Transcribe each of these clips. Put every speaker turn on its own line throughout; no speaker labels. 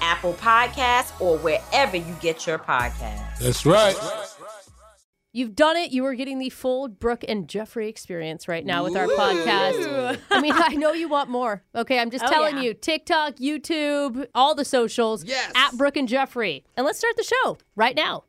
Apple Podcasts, or wherever you get your podcasts.
That's right.
You've done it. You are getting the full Brooke and Jeffrey experience right now with our podcast. I mean, I know you want more. Okay, I'm just
Oh,
telling
yeah.
you TikTok, YouTube, all the socials
Yes.
at Brooke and Jeffrey. And let's start the show right now.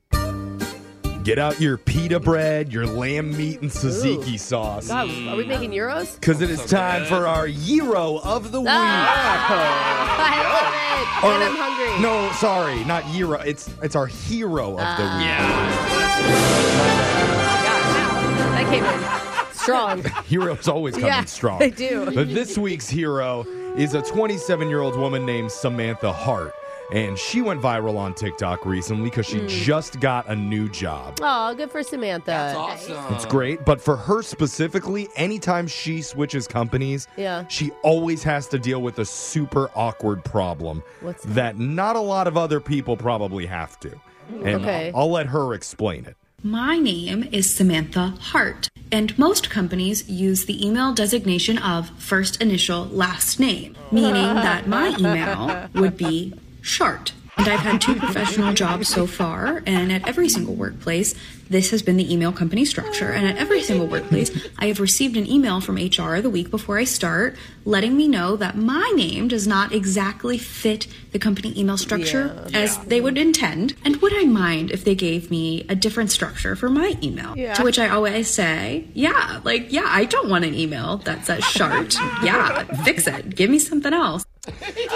Get out your pita bread, your lamb meat, and tzatziki sauce.
God, are we making euros?
Because it is time for our gyro of the week.
Ah! I love it. And
Or-
I'm hungry.
No, sorry, not gyro. It's it's our hero of
Ah.
the week.
That came in strong.
Heroes always come
Yeah,
in strong.
they do.
But this week's hero is a 27 year old woman named Samantha Hart. And she went viral on TikTok recently because she
Mm.
just got a new job.
Oh, good for Samantha. That's awesome.
It's great, but for her specifically, anytime she switches companies,
Yeah.
she always has to deal with a super awkward problem
What's that?
that not a lot of other people probably have to. And
Okay.
I'll let her explain it.
My name is Samantha Hart, and most companies use the email designation of first initial last name, meaning that my email would be Shart. And I've had two professional jobs so far, and at every single workplace, this has been the email company structure. And at every single workplace, I have received an email from HR the week before I start letting me know that my name does not exactly fit the company email structure
Yeah.
as they would intend. And would I mind if they gave me a different structure for my email?
Yeah.
To which I always say, yeah, like, yeah, I don't want an email that says shart. yeah, fix it. Give me something else.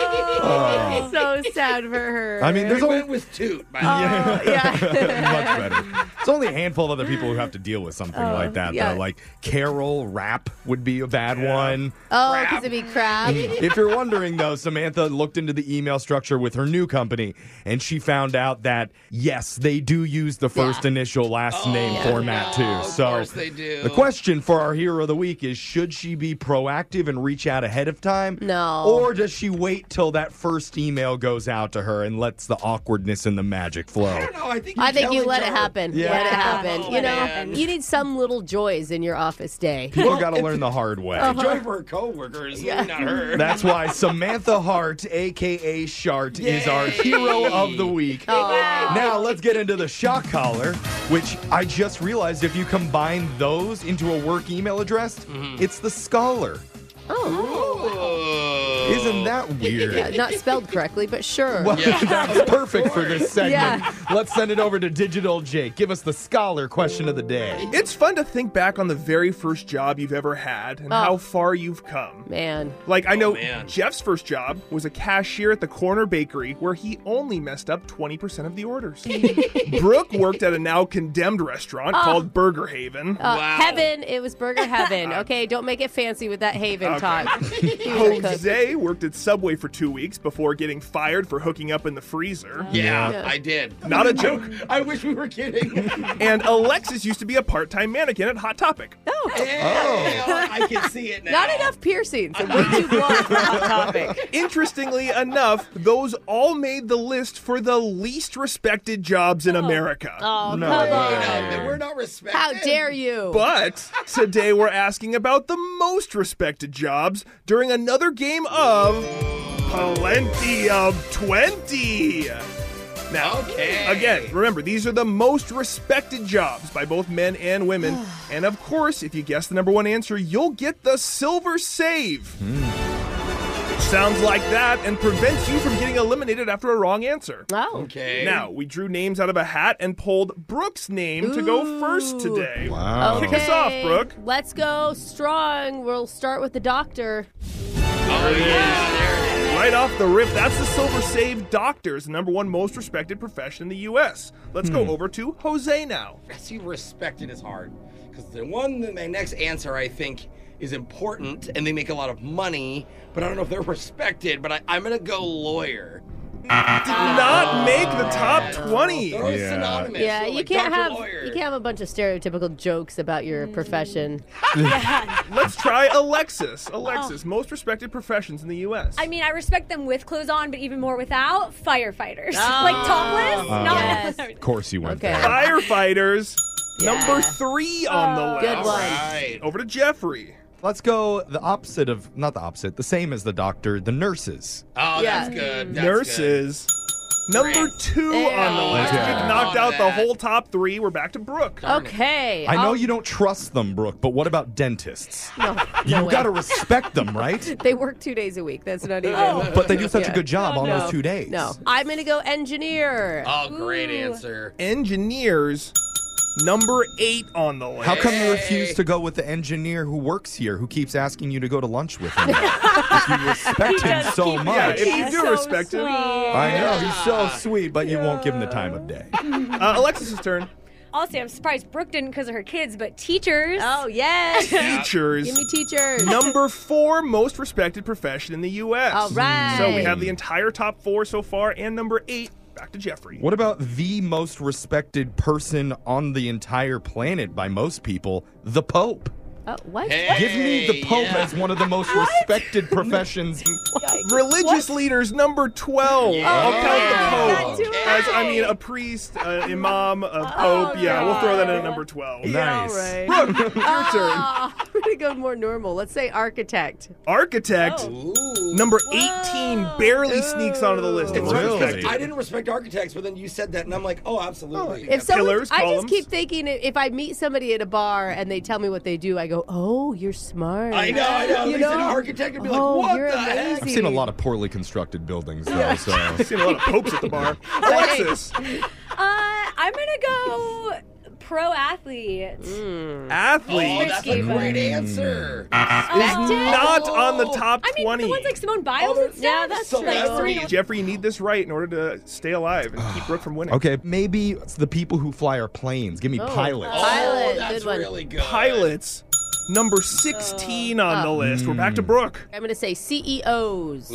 Oh.
so sad for her.
I mean, there's
a
only
went with toot.
by
yeah.
Much better. It's only a handful of other people who have to deal with something
Oh,
like that,
yeah.
though. Like Carol Rap would be a bad one.
Oh, because it'd be crab.
if you're wondering, though, Samantha looked into the email structure with her new company and she found out that, yes, they do use the first initial last
Oh,
name format, too. So,
they do.
the question for our hero of the week is should she be proactive and reach out ahead of time?
No.
Or does she wait till that first email goes out to her and lets the awkwardness and the magic flow?
I think you, let it happen.
Yeah.
Let it happen.
Oh,
you know,
man.
you need some little joys in your office day.
People got to learn the hard way.
Uh-huh.
Joy for her coworkers,
Yeah.
not her.
That's why Samantha Hart, aka Shart, is our hero of the week. Now let's get into the shock collar, which I just realized if you combine those into a work email address, it's the scholar.
Oh.
Isn't that weird?
Yeah, not spelled correctly, but sure.
Well, that's perfect for this segment.
Yeah.
Let's send it over to Digital Jake. Give us the scholar question of the day.
It's fun to think back on the very first job you've ever had and
Oh.
how far you've come.
Man.
Like,
Oh,
I know Jeff's first job was a cashier at the corner bakery where he only messed up 20% of the orders. Brooke worked at a now condemned restaurant
Oh.
called Burger Haven.
Uh, Heaven, it was Burger Heaven. Okay, don't make it fancy with that Haven
Okay.
talk. He was a cook.
Jose worked at Subway for two weeks before getting fired for hooking up in the freezer.
Yeah, I did.
Not a joke.
I wish we were kidding.
and Alexis used to be a part time mannequin at Hot Topic.
Oh.
I can see it now.
Not enough piercings. Way too broad for Hot Topic.
Interestingly enough, those all made the list for the least respected jobs in America.
Oh,
No
come
way.
on.
We're not respected.
How dare you?
But today we're asking about the most respected jobs during another game of Plenty of 20. Now,
Okay.
again, remember, these are the most respected jobs by both men and women. and of course, if you guess the number one answer, you'll get the silver save.
Hmm.
Which sounds like that and prevents you from getting eliminated after a wrong answer.
Oh.
Okay.
Now, we drew names out of a hat and pulled Brooke's name to go first today.
Um,
Wow.
Kick us off,
Okay,
Brooke.
Let's go strong. We'll start with the doctor.
Oh,
Right off the rip, that's the Silver Save Doctors, the number one most respected profession in the U.S. Let's
Hmm.
go over to Jose now.
See, respected is hard because the one, my next answer, I think, is important, and they make a lot of money, but I don't know if they're respected. But I, I'm gonna go lawyer.
Did not make the top 20.
They're all synonymous.
yeah,
They're
you
like
can't
doctor,
have
lawyer.
you can't have a bunch of stereotypical jokes about your profession.
Let's try Alexis.
Oh.
Alexis, most respected professions in the U.S.
I mean, I respect them with clothes on, but even more without firefighters. Like
Oh.
topless,
Uh,
not
yes. Of course you went there.
Firefighters, number three on the
Oh.
list.
Good one.
Over to Jeffrey.
Let's go the opposite of, not the opposite, the same as the doctor, the nurses.
Oh,
Yeah.
that's good. That's
Nurses, number two on the list.
Yeah.
We've knocked out the whole top three. We're back to Brooke.
Oh, Okay.
I know
Oh.
I'll-
you don't trust them, Brooke, but what about dentists?
No, no
you
way.
got to respect them, right?
They work two days a week. That's not even.
Oh.
But they do such
Yeah.
a good job on those
No.
two days.
No, I'm gonna go engineer. Mm.
Oh, great answer.
Engineers, number eight on the list.
How come you refuse to go with the engineer who works here, who keeps asking you to go to lunch with him? If you respect him so
Yeah,
much.
if you do respect him.
I know, he's so sweet, but you won't give him the time of day.
Uh, Alexis's turn.
Also, I'm surprised Brooke didn't because of her kids, but teachers.
Oh yes.
Teachers.
Give me teachers.
Number four most respected profession in the U.S.
All right.
So we have the entire top four so far, and number eight. Back to Jeffrey.
What about the most respected person on the entire planet by most people, the Pope?
Oh, what?
Give me the Pope
yeah.
as one of the most respected professions.
Religious leaders, number 12. I'll
yeah.
count the
Not
Pope.
Oh, too Oh,
As, I mean, a priest, an imam, a pope. yeah, we'll throw that in at number 12.
Nice.
Brooke, your turn.
Ah, I'm gonna go more normal. Let's say architect.
Architect,
Oh.
number 18, barely sneaks onto the list.
It's
Most
Really?
respected.
I didn't respect architects, but then you said that, and I'm like, oh, absolutely.
If someone,
pillars,
I
columns.
just keep thinking i- if I meet somebody at a bar and they tell me what they do, I go, "Oh, you're smart."
I know, I know.
You
They
know?
said an architect would be
Oh,
like, what
you're
the heck?
I've seen a lot of poorly constructed buildings, though,
Yeah.
so.
I've seen a lot of popes at the bar. Alexis,
Uh, I'm going to go pro athlete.
Mm.
Oh,
Mm.
athlete,
that's a great answer.
is not on the top
Uh, I mean,
20.
the ones like Simone Biles and stuff.
Oh, yeah, that's true.
Like, Serena
Jeffrey, you need this right in order to stay alive and keep Brooke from winning.
Okay, maybe it's the people who fly our planes. Give me
Oh.
pilots.
uh,
Pilot,
oh, that's
good Oh. one.
really good.
Pilots, number 16 on the list. We're
Hmm.
back to Brooke.
I'm gonna say E CEOs.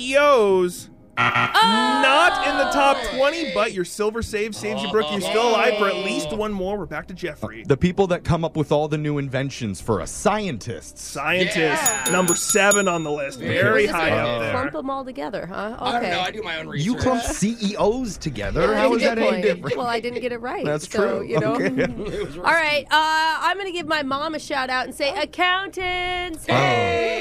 CEOs, not in the top
Oh.
20, but your silver save saves you, Brooke. You're still alive for at least one more. We're back to Jeffrey.
The people that come up with all the new inventions for us, scientists.
Scientist, number seven on the list. Very
Just
high
gonna
up
Clump
there.
them all together, huh? Okay.
I don't know. I do my own research.
You clump CEOs together?
That's
How
a
is
good
that any
point.
different?
Well, I didn't get it right.
That's
so,
true.
You know.
Okay.
All right. Uh, Oh.
Oh.
I'm gonna give my mom a shout out and say accountants.
Uh,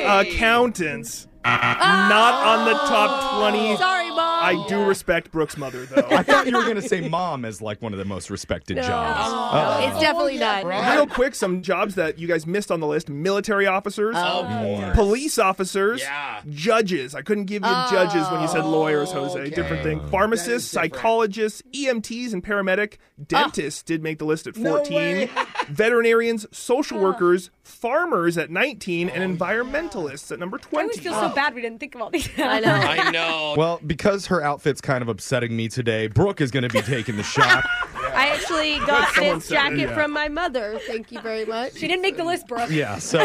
Uh,
Accountants. Not on the top 20.
Oh, Sorry, Mom.
I do respect Brooke's mother, though.
I thought you were going to say mom as like one of the most respected
No.
jobs.
No,
Oh, it's definitely not.
Real quick, some jobs that you guys missed on the list: military officers,
Oh,
Of course.
police officers, judges. I couldn't give you judges when you said
Oh,
lawyers, Jose. Different thing. Pharmacists, psychologists, EMTs, and paramedic. Dentists did make the list at
No
fourteen.
way.
Veterinarians, social workers, farmers at nineteen, and environmentalists at number
I
twenty.
always feel so bad we didn't think of all these.
Oh. I know.
I know.
Well, because her outfit's kind of upsetting me today, Brooke is going to be taking the shot.
I actually
That's
got
someone
this
said it,
jacket
yeah.
from my mother. Thank you very much. She
didn't make the list, Brooke.
Yeah, so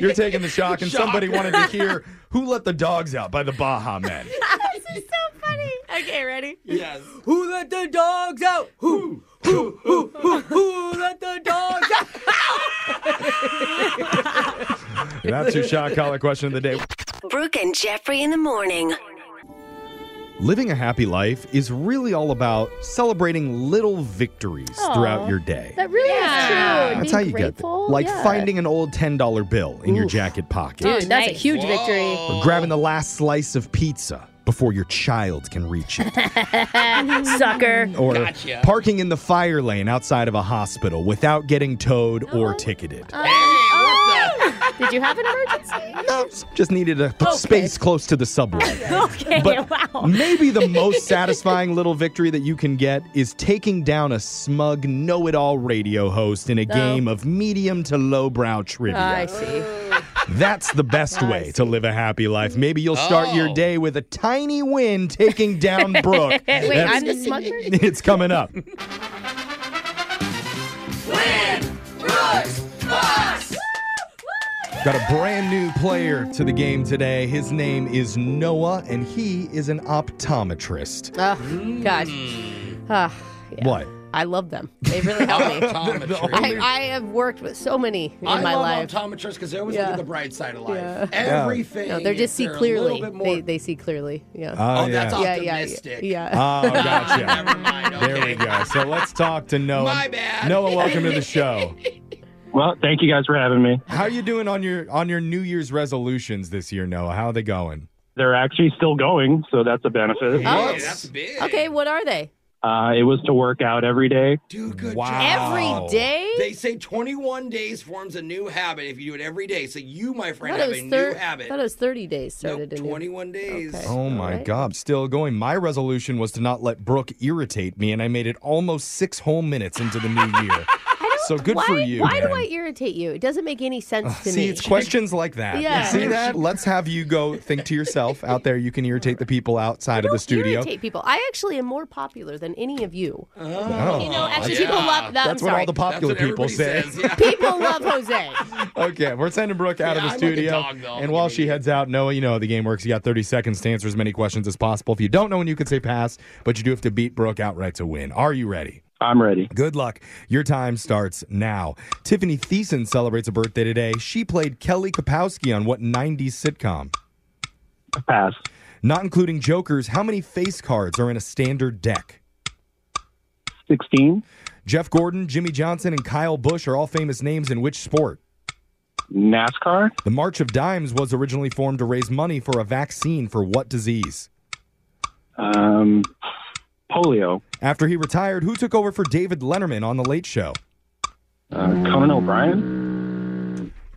you're taking the shock, and somebody
Shocker.
wanted to hear Who Let the Dogs Out by the Baja Men.
this is so funny. Okay, ready?
Yes.
Who let the dogs out? Who? Who? Who? Who? Who let the dogs out?
And that's your shot collar question of the day.
Brooke and Jeffrey in the morning.
Living a happy life is really all about celebrating little victories throughout your day.
That really is true. and
That's
being
how you
Oh, grateful.
get there. Like
Yeah.
finding an old $10 bill in your jacket pocket.
Dude, that's a huge victory.
Or grabbing the last slice of pizza before your child can reach it.
Sucker.
Or parking in the fire lane outside of a hospital without getting towed or ticketed.
Um, Did you have an emergency?
Just needed a p-
Okay.
space close to the subway.
okay.
But maybe the most satisfying little victory that you can get is taking down a smug know it all radio host in a
No.
game of medium to lowbrow trivia.
I see.
That's the best way to live a happy life. Maybe you'll start your day with a tiny win taking down Brooke.
Wait,
That's-
I'm the smugger?
It's coming up. Got a brand new player to the game today. His name is Noah, and he is an optometrist.
Oh, gosh.
Hmm.
Ah,
What?
I love them. They really help me.
Optometry. The
I, I have worked with so many in
I
my
love
life.
optometrists because they always
Yeah.
look at the bright side of life.
Yeah.
Everything.
No, they just see
they're a little
clearly.
bit
They, they see clearly. Yeah.
Oh, Oh, that's yeah.
yeah, yeah, yeah, yeah.
Oh, gotcha. There we go. So let's talk to Noah.
My bad.
Noah, welcome to the show.
Well, thank you guys for having me.
How are you doing on your on your New Year's resolutions this year, Noah? How are they going?
They're actually still going, so that's a benefit.
Oh. Okay, what are they?
Uh, it was to work out every day.
Dude, good
Every day?
They say 21 days forms a new habit if you do it every day. So you, my friend,
thought
have
it
a
was
new
thir-
habit.
thought it was 30 days started in
21 days.
Oh my God, still going. My resolution was to not let Brooke irritate me, and I made it almost six whole minutes into the new year. so good
why,
for you.
Why do
man.
I irritate you? It doesn't make any sense to
See,
me.
it's questions like that.
Yeah.
See that? Let's have you go think to yourself out there. You can irritate the people outside of the studio.
Irritate people. I actually am more popular than any of you.
Oh,
you know, actually,
yeah.
people love that.
That's
I'm
what all
sorry.
the popular people say.
People love Jose.
okay, we're sending Brooke out of the
Yeah, I'm like a
studio.
dog, though.
and while she heads out, Noah, you know how the game works. You got 30 seconds to answer as many questions as possible. If you don't know when you can say pass, but you do have to beat Brooke outright to win. Are you ready?
I'm ready.
Good luck. Your time starts now. Tiffany Thiessen celebrates a birthday today. She played Kelly Kapowski on what 90s sitcom?
Pass.
Not including jokers, how many face cards are in a standard deck?
16.
Jeff Gordon, Jimmy Johnson, and Kyle Bush are all famous names in which sport?
NASCAR.
The March of Dimes was originally formed to raise money for a vaccine for what disease?
Um, polio.
After he retired, who took over for David Letterman on The Late Show?
Uh, Conan O'Brien.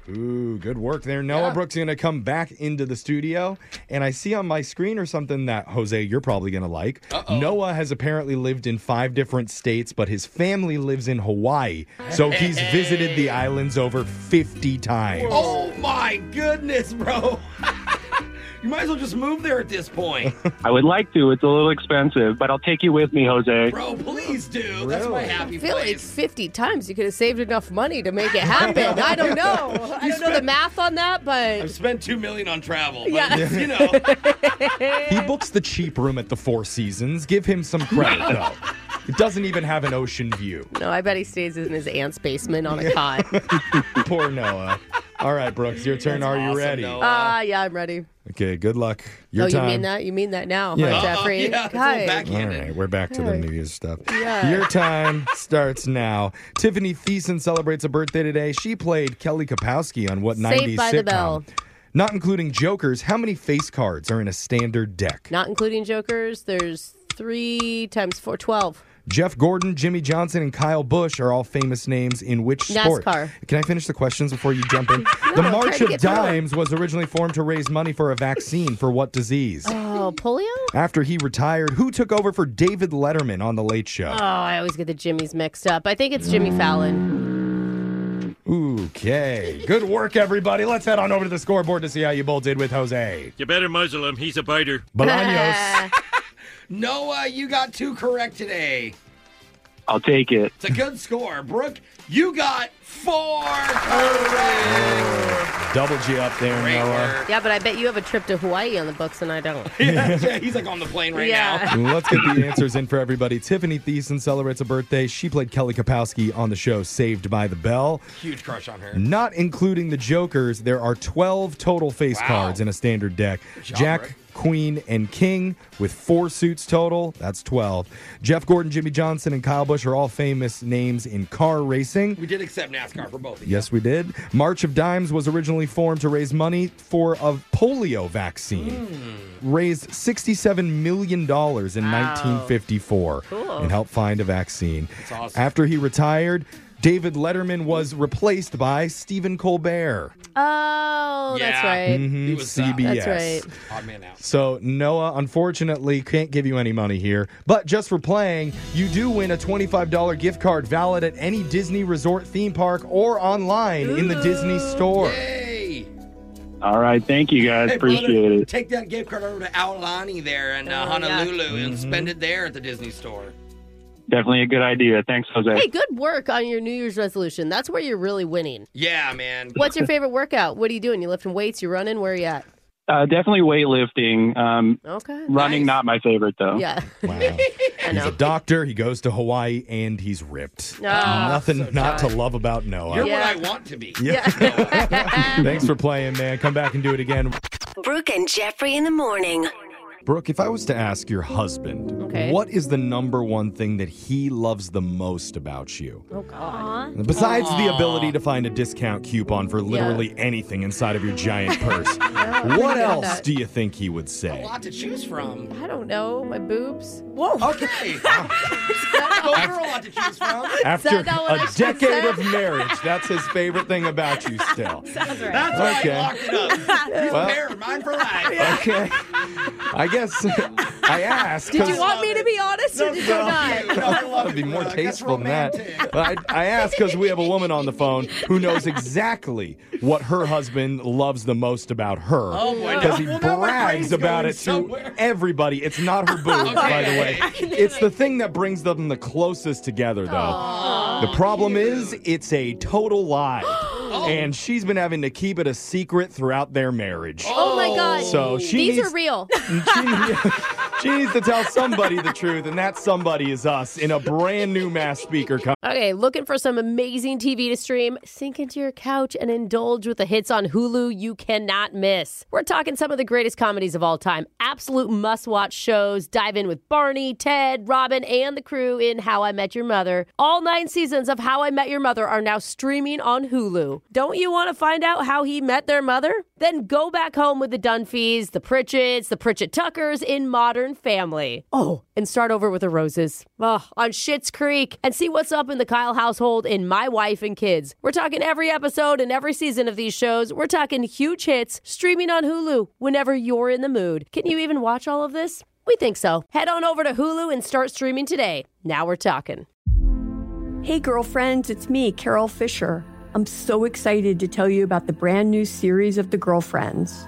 Ooh, good work there. Noah Brooks is going to come back into the studio. And I see on my screen or something that, Jose, you're probably going to like. Noah has apparently lived in five different states, but his family lives in Hawaii. So he's visited the islands over 50 times.
Oh my goodness, bro. you might as well just move there at this point.
I would like to. It's a little expensive, but I'll take you with me, Jose.
Bro, Oh, please do. That's my happy
I feel like 50 times you could have saved enough money to make it happen. I don't know. I don't know the math on that, but
I've spent two million on travel. But
Yeah.
you know,
He books the cheap room at the Four Seasons. Give him some credit, though. It doesn't even have an ocean view.
no, I bet he stays in his aunt's basement on a cot.
Poor Noah. All right, Brooks, your turn. Are you ready?
Oh,
Uh,
Ah, yeah, I'm ready.
Okay, good luck. Your
oh,
time.
you mean that? You mean that now,
Yeah.
huh, Jeffrey?
yeah, it's all
Hi.
back-
All right, we're back to the New Year's stuff.
Yeah.
Your time starts now. Tiffany Thiessen celebrates a birthday today. She played Kelly Kapowski on what
Saved
90s
by
sitcom?
the Bell.
Not including jokers, how many face cards are in a standard deck?
Not including jokers, there's three times four, 12.
Jeff Gordon, Jimmy Johnson, and Kyle Bush are all famous names in which sport?
NASCAR.
Can I finish the questions before you jump in? the
I'm trying
March
to
of
get through it.
Dimes was originally formed to raise money for a vaccine for what disease?
Oh, polio?
After he retired, who took over for David Letterman on The Late
Oh,
Show?
I always get the Jimmys mixed up. I think it's Jimmy Fallon.
Okay. Good work, everybody. Let's head on over to the scoreboard to see how you both did with Jose.
You better muzzle him. He's a biter.
Bolaños.
Noah, you got two correct today.
I'll take it.
It's a good score. Brooke, you got four correct.
Double G up there, Noah.
Yeah, but I bet you have a trip to Hawaii on the books and I don't.
yeah, he's like on the plane right
Yeah.
Let's get the answers in for everybody. Tiffany Thiessen celebrates a birthday. She played Kelly Kapowski on the show Saved by the Bell.
now. Huge crush on her.
Not including the Jokers, there are 12 total face
Wow.
cards in a standard deck.
job,
Jack,
Rick.
Queen, and King with four suits total. That's 12. Jeff Gordon, Jimmy Johnson, and Kyle Busch are all famous names in car racing.
We did accept NASCAR for both of you.
Yes, we did. March of Dimes was originally formed to raise money for a polio vaccine.
Mm.
Raised $67 million in 1954
Cool.
and helped find a vaccine.
That's awesome.
After he retired, David Letterman was replaced by Stephen Colbert.
Oh, that's right.
Mhm, CBS.
That's right.
So Noah, unfortunately, can't give you any money here. But just for playing, you do win a $25 gift card valid at any Disney resort theme park or online in the Disney store.
All right. Thank you guys.
Hey, brother,
Appreciate it.
Take that gift card over to Aulani there in uh, Honolulu and
Mm-hmm.
spend it there at the Disney store.
Definitely a good idea. Thanks, Jose.
Hey, good work on your New Year's resolution. That's where you're really winning.
Yeah, Ah, man.
What's your favorite workout? What are you doing? You lifting weights? You running? Where are you at?
Uh, definitely weightlifting. Um,
Okay.
Running, not my favorite though.
Yeah.
He's a doctor. He goes to Hawaii and he's ripped.
Ah,
Nothing
so
not to
tight.
love about Noah.
Oh, You're what I want to be.
Yeah. Thanks for playing, man. Come back and do it again.
Brooke and Jeffrey in the morning.
Brooke, if I was to ask your husband,
Okay.
what is the number one thing that he loves the most about you?
Oh, God.
Besides the ability to find a discount coupon for literally anything inside of your giant purse, what
I got
else
that.
do you think he would say?
lot to choose from.
I don't know. My boobs.
Whoa. Okay. Those are a lot to choose from.
After a decade of marriage, that's his favorite thing about you still.
That's right. That's why
Okay.
I locked it up. He's
Well-
married, mine for life.
Okay. I guess I asked.
Did
'cause-
you want me to be honest or
No,
did you
no.
not?
That'd be more tasteful than that. But I, I ask because we have a woman on the phone who knows exactly what her husband loves the most about her.
Oh, boy.
Because he
Well, now my brain's
brags about
going
it to
somewhere.
everybody. It's not her boobs, by the way. It's the thing that brings them the closest together, though. the problem is, it's a total lie.
Oh.
and she's been having to keep it a secret throughout their marriage.
Oh my God.
So she
These
needs
are real.
she needs to tell somebody the truth, and that somebody is us in a brand new mass speaker. Co-
Okay, looking for some amazing TV to stream? Sink into your couch and indulge with the hits on Hulu you cannot miss. We're talking some of the greatest comedies of all time, absolute must watch shows. Dive in with Barney, Ted, Robin, and the crew in How I Met Your Mother. All nine seasons of How I Met Your Mother are now streaming on Hulu. Don't you want to find out how he met their mother? Then go back home with the Dunphys, the Pritchett's, the Pritchett Tuckers in Modern Family. Oh, and start over with the roses. Ugh, on Schitt's Creek and see what's up in the Kyle household in My Wife and Kids. We're talking every episode and every season of these shows. We're talking huge hits streaming on Hulu whenever you're in the mood. Can you even watch all of this? We think so. Head on over to Hulu and start streaming today. Now we're talking.
Hey, girlfriends, it's me, Carol Fisher. I'm so excited to tell you about the brand new series of The Girlfriends.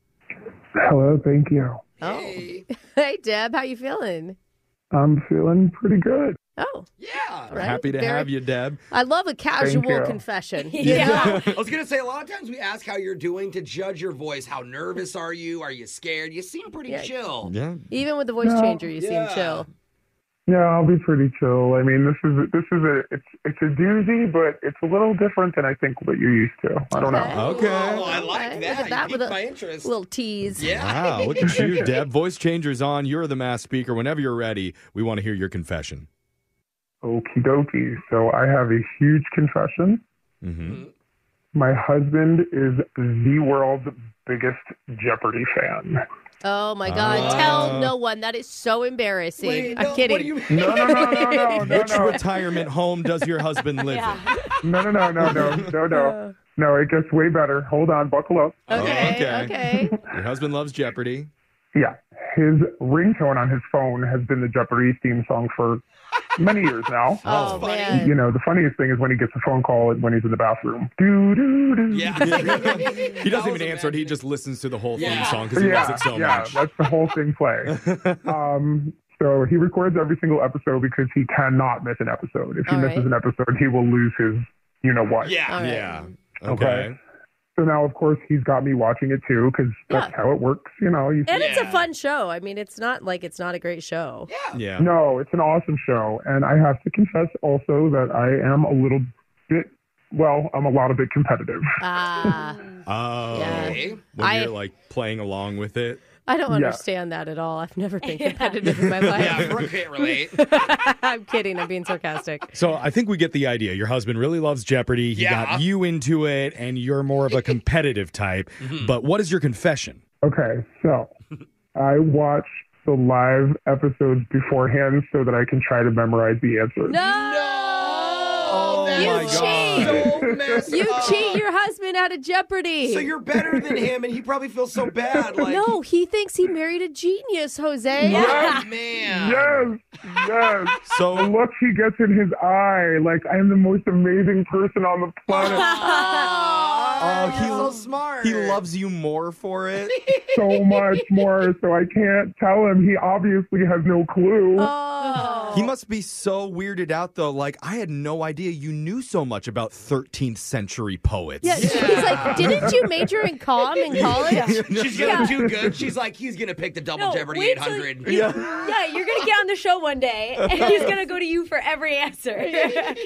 Hello, thank you.
Oh. Hey Deb, how you feeling?
I'm feeling pretty good.
Oh. Yeah.
Happy to have you, Deb.
I love a casual
you.
confession.
Yeah.
I was gonna say a lot of times we ask how you're doing to judge your voice. How nervous are you? Are you scared? You seem pretty
Yeah.
chill.
Yeah.
Even with the voice
No.
changer, you
Yeah.
seem chill.
Yeah, I'll be pretty chill. I mean, this is this is a it's it's a doozy, but it's a little different than I think what you're used to. I don't know.
Okay.
I like
Okay,
that.
Look at that with a little tease.
Wow, look at you, Deb. Voice changer's on. You're the mass speaker. Whenever you're ready, we want to hear your confession.
Okie dokie. So I have a huge confession.
Mm-hmm.
My husband is the world's biggest Jeopardy fan.
Oh my god,
Oh.
tell no one. That is so embarrassing.
Wait,
I'm
no,
kidding.
what do you- No, no, no, no, no, no.
Which retirement home does your husband live
No, no, no, no, no, no, no. No, it gets way better. Hold on, buckle up.
in? Oh, okay. Your husband loves Jeopardy.
Yeah. His ringtone on his phone has been the Jeopardy theme song for many years now.
Oh, man.
You know, the funniest thing is when he gets a phone call when he's in the bathroom. Doo, doo, doo.
Yeah. he doesn't even answer it. He just listens to the whole theme song because he
yeah,
loves it so
yeah,
much.
that's the whole thing play. um, so he records every single episode because he cannot miss an episode. If he
All
misses
right.
an episode, he will lose his, you know what.
Yeah.
Okay. So now, of course, he's got me watching it too because that's
Yeah.
how it works. You know, you,
And it's a fun show. I mean, it's not like it's not a great show.
Yeah.
No, it's an awesome show. And I have to confess also that I am a little bit, well, I'm a lot of bit competitive.
Ah.
Oh.
Yeah.
When
I-
you're like playing along with it.
I don't
Yeah.
understand that at all. I've never been competitive in my life.
Yeah, Brooke can't relate.
I'm kidding. I'm being sarcastic.
So I think we get the idea. Your husband really loves Jeopardy. He got you into it, and you're more of a competitive type. But what is your confession?
Okay, so I watch the live episodes beforehand so that I can try to memorize the answers.
Oh
No! you cheat! you cheat your husband out of Jeopardy.
So you're better than him, and he probably feels so bad. Like,
no, he thinks he married a genius, Jose.
Yeah. man.
Yes, yes.
So
the look he gets in his eye, like I'm the most amazing person on the planet.
Oh, he so smart. He loves you more for it.
so much more, so I can't tell him. He obviously has no clue.
Oh.
He must be so weirded out though. Like I had no idea you knew so much about 13th century poets.
Yeah, he's like, didn't you major in comm in college?
She's gonna do good. She's like, he's gonna pick the double
No,
Jeopardy
wait till
800.
you- yeah, you're gonna get on the show one day, and he's gonna go to you for every answer.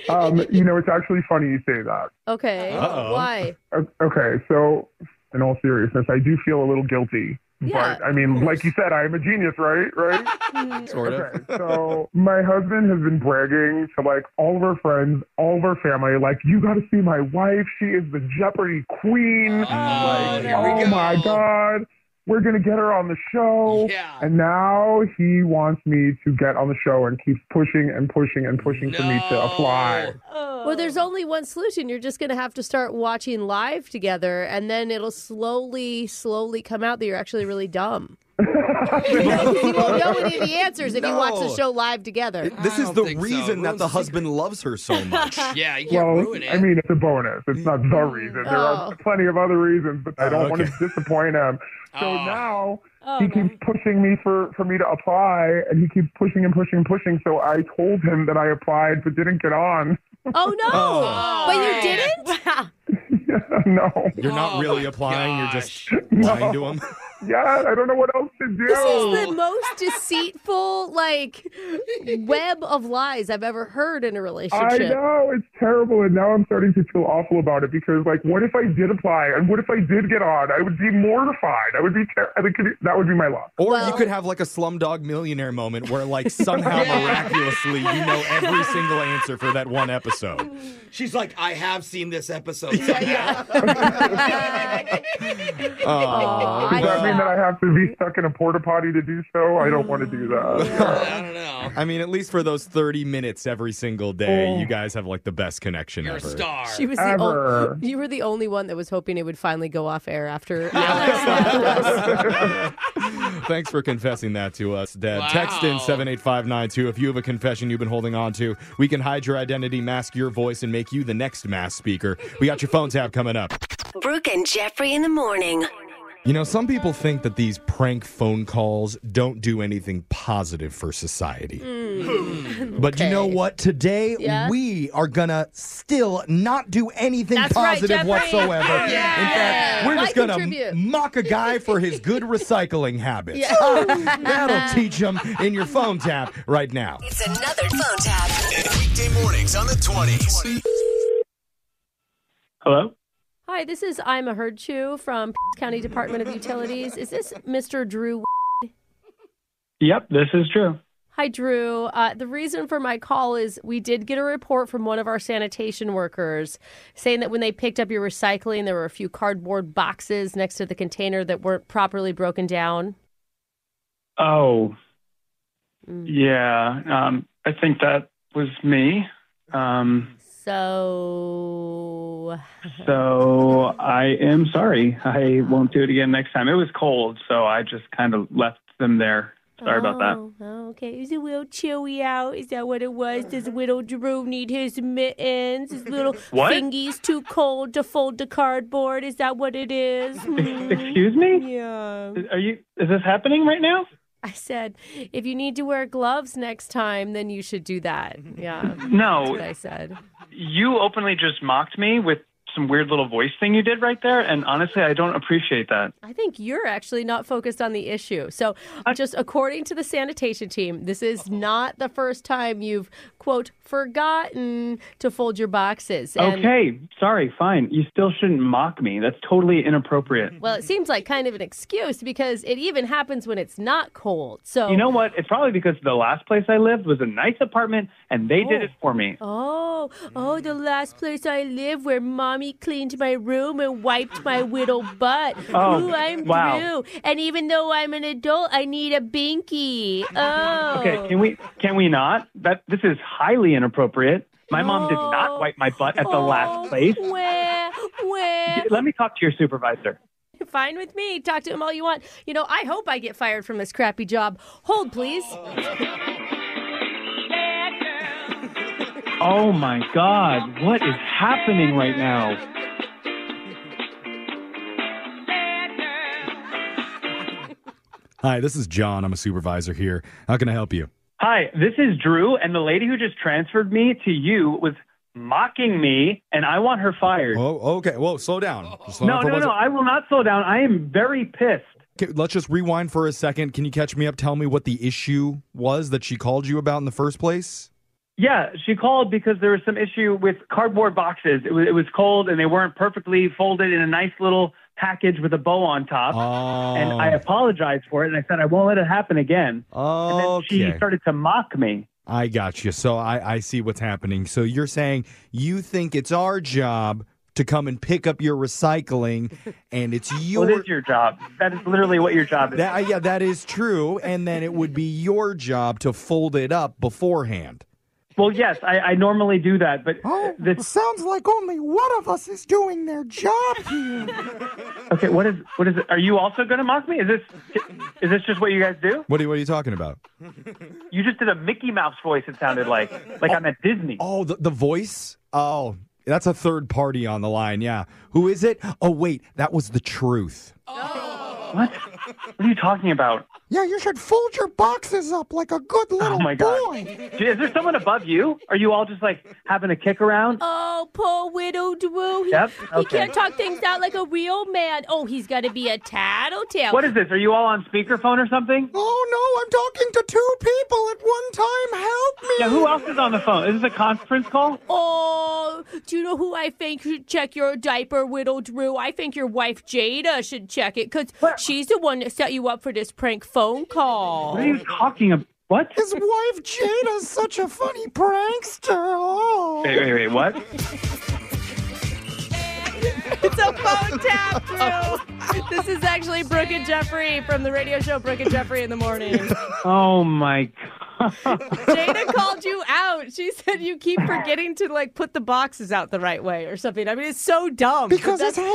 Um, you know, it's actually funny you say that.
Okay.
Uh-oh.
Why?
O- Okay, so in all seriousness, I do feel a little guilty.
Yeah,
but I mean, like you said, I'm a genius, right? Right?
Hmm.
Sort of.
Okay, so my husband has been bragging to like all of our friends, all of our family, like, you got to see my wife. She is the Jeopardy queen. like,
here
oh
we
my
go."
God. We're going to get her on the show.
Yeah.
And now he wants me to get on the show and keeps pushing and pushing and pushing for me to apply.
Well, there's only one solution. You're just going to have to start watching live together, and then it'll slowly, slowly come out that you're actually really dumb. Because you won't know any of the answers if you watch the
No.
show live together.
This is the reason that the husband loves her so much.
yeah, you
well, I mean, it's a bonus. It's not the reason. There
Oh.
are plenty of other reasons, but I
Oh,
don't want
okay.
to disappoint him. So
Oh.
now
Oh,
he keeps pushing me for, for me to apply, and he keeps pushing and pushing and pushing. So I told him that I applied but didn't get on.
Oh, no.
Oh.
but you didn't?
no.
You're
Oh
not really applying. You're just lying to him.
Yeah, I don't know what else to do.
This is the most deceitful, like, web of lies I've ever heard in a
I
relationship.
know it's terrible, and now I'm starting to feel awful about it because, like, what if I did apply and what if I did get on? I would be mortified. I would be. Ter- I think that would be my loss.
Or you
Well-
could have like a slumdog millionaire moment where like somehow miraculously you know every single answer for that one episode.
She's like, I have seen this episode.
Oh,
Does that mean that I have to be stuck in a porta potty to do so? I don't want to do that.
I don't know.
I mean, at least for those 30 minutes every single day, you guys have like the best connection
You're a
ever.
star.
Oh. She was the
Ever.
only, you were the only one that was hoping it would finally go off air after.
Thanks for confessing that to us, Dad.
Wow.
Text in 78592 if you have a confession you've been holding on to. We can hide your identity, mask your voice, and make you the next mass speaker. We got your phone tap coming up.
Brooke and Jeffrey in the morning.
You know, some people think that these prank phone calls don't do anything positive for society.
Hmm.
Hmm.
But you know what? Today,
Yeah.
we are going to still not do anything
That's right,
positive
Jeffrey.
whatsoever. In fact, we're
Why
just going
contribute?
to mock a guy for his good recycling habits.
Yeah.
That'll teach him in your phone tap right now.
It's another phone tap.
Weekday mornings on the 20s.
Hello?
Hi, this is I'm a Herd Chew from County Department of Utilities. Is this Mr. Drew?
Yep, this is true.
Hi, Drew. Uh, the reason for my call is we did get a report from one of our sanitation workers saying that when they picked up your recycling, there were a few cardboard boxes next to the container that weren't properly broken down.
Oh,
Mm.
yeah. Um, I think that was me. Um,
So,
so I am sorry. I won't do it again next time. It was cold, so I just kind of left them there. Sorry about that.
Oh, okay. Is it a little chilly out? Is that what it was? Does little Drew need his mittens? His little
What?
fingies too cold to fold the cardboard? Is that what it is? Hmm.
Excuse me?
Yeah.
Are you? Is this happening right now?
I said, if you need to wear gloves next time, then you should do that. Yeah. That's what
No,
I said.
you openly just mocked me with some weird little voice thing you did right there, and honestly, I don't appreciate that.
I think you're actually not focused on the issue. So, just according to the sanitation team, this is not the first time you've, quote, forgotten to fold your boxes. And-
okay, sorry, fine. You still shouldn't mock me. That's totally inappropriate.
Well, it seems like kind of an excuse because it even happens when it's not cold. So
You know what? It's probably because the last place I lived was a nice apartment, and they did it for me. Mm.
Oh, oh, the last place I live where mommy cleaned my room and wiped my little butt.
Oh,
Ooh, I'm
wow.
through. And even though I'm an adult, I need a binky. Oh.
Okay, can we can we not? That this is highly inappropriate. My mom did not wipe my butt at the
Oh,
last place.
Where, where?
Let me talk to your supervisor.
Fine with me. Talk to him all you want. You know, I hope I get fired from this crappy job. Hold, please.
Oh my god, what is happening right now?
Hi, this is John. I'm a supervisor here. How can I help you?
Hi, this is Drew and the lady who just transferred me to you was mocking me and I want her fired.
Oh, okay. Whoa, slow down. Just slow
No,
down for
no,
one
no,
sec-
I will not slow down. I am very pissed.
Okay, let's just rewind for a second. Can you catch me up? Tell me what the issue was that she called you about in the first place.
Yeah, she called because there was some issue with cardboard boxes. It was, it was cold and they weren't perfectly folded in a nice little package with a bow on top. And
Oh.
I apologized for it and I said, I won't let it happen again.
Oh,
and then she
Okay.
started to mock me.
I got you. So I, I see what's happening. So you're saying you think it's our job to come and pick up your recycling, and it's your
What is your job? That is literally what your job is.
That, yeah, that is true. And then it would be your job to fold it up beforehand.
Well, yes, I, I normally do that, but this
Sounds like only one of us is doing their job here.
okay. What is what is it? Are you also going to mock me? Is this is this just what you guys do?
What are, what are you talking about?
You just did a Mickey Mouse voice. It sounded like like I'm at Disney.
Oh, the, the voice? Oh, that's a third party on the line. Yeah. Who is it? Oh, wait, that was the truth.
What? What are you talking about?
yeah, you should fold your boxes up like a good little
Oh my god!
boy.
Is there someone above you? Are you all just like having a kick around?
Oh, poor widow Drew. He,
Yep,
he
okay.
can't talk things out like a real man. Oh, he's got to be a tattletale.
What is this? Are you all on speakerphone or something?
Oh no, I'm talking to two people at one time. Help me.
Yeah. Who else is on the phone? Is this a conference call?
Oh, do you know who I think should check your diaper, Widow Drew? I think your wife Jada should check it because she's the one that set you up for this prank phone call.
What are you talking about? What?
His wife Jada's such a funny prankster. Oh.
Wait, wait, wait. What?
It's a phone tap, Drew. This is actually Brooke and Jeffrey from the radio show Brooke and Jeffrey in the Morning.
Oh my god!
Jada called you out. She said you keep forgetting to like put the boxes out the right way or something. I mean, it's so dumb.
Because his hands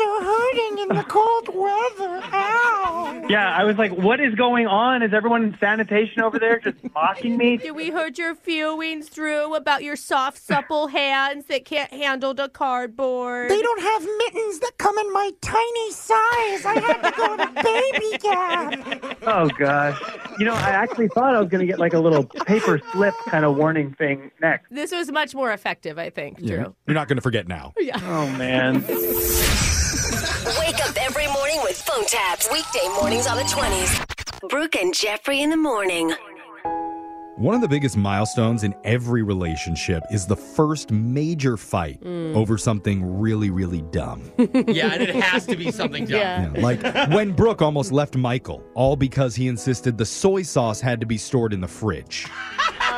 are hurting in the cold weather. Ow.
Yeah, I was like, what is going on? Is everyone in sanitation over there just mocking me?
Did we hurt your feelings, Drew, about your soft, supple hands that can't handle the cardboard?
They don't have mittens that come in my tiny size. I had to go to Baby Gap.
Oh gosh. You know, I actually thought I was gonna get like a little paper slip kind of warning thing next.
This was much more effective, I think,
Yeah. You're not going to forget now.
Yeah.
Oh man.
Wake up every morning with phone taps. Weekday mornings on the 20s. Brooke and Jeffrey in the morning.
One of the biggest milestones in every relationship is the first major fight
Mm.
over something really, really dumb.
yeah, and it has to be something dumb.
Yeah.
like when Brooke almost left Michael, all because he insisted the soy sauce had to be stored in the fridge.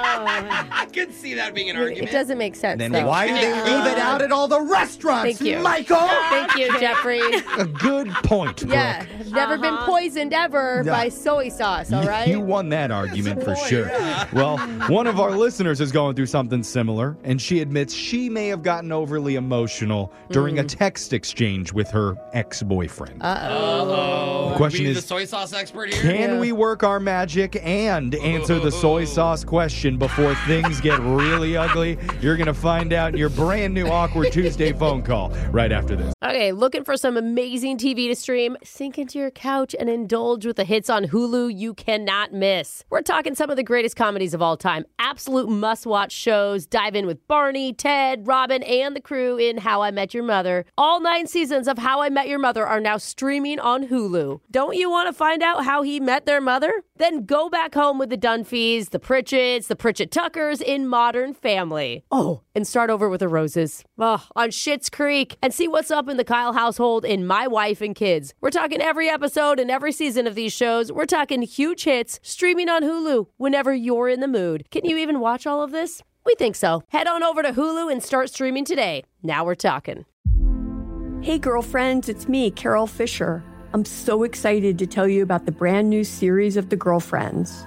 I could see that being an
It
argument.
doesn't make sense.
Then
though.
why do they leave it out
at all the
Thank you. Thank you, Jeffrey.
A good point, Brooke.
yeah. I've never been poisoned ever
Yeah.
by soy sauce, all
You-
right?
You won that argument for sure. Well, one of our listeners is going through something similar, and she admits she may have gotten overly emotional during a text exchange with her ex boyfriend.
Uh oh.
Question
we need
is,
the soy sauce expert here.
Can we work our magic and answer the soy sauce question before things get really ugly? You're going to find out in your brand new Awkward Tuesday phone call right after this.
Okay, looking for some amazing TV to stream? Sink into your couch and indulge with the hits on Hulu you cannot miss. We're talking some of the greatest comedies of all time, absolute must watch shows. Dive in with Barney, Ted, Robin, and the crew in How I Met Your Mother. All nine seasons of How I Met Your Mother are now streaming on Hulu. Don't you want to find out how he met their mother? Then go back home with the Dunphys, the Pritchett's, the Pritchett Tuckers in Modern Family. Oh, and start over with the Roses. Ugh, on Schitt's Creek and see what's up in the Kyle household in My Wife and Kids. We're talking every episode and every season of these shows. We're talking huge hits streaming on Hulu whenever you're in the mood. Can you even watch all of this? We think so. Head on over to Hulu and start streaming today. Now we're talking.
Hey, girlfriends, it's me, Carol Fisher. I'm so excited to tell you about the brand new series of The Girlfriends.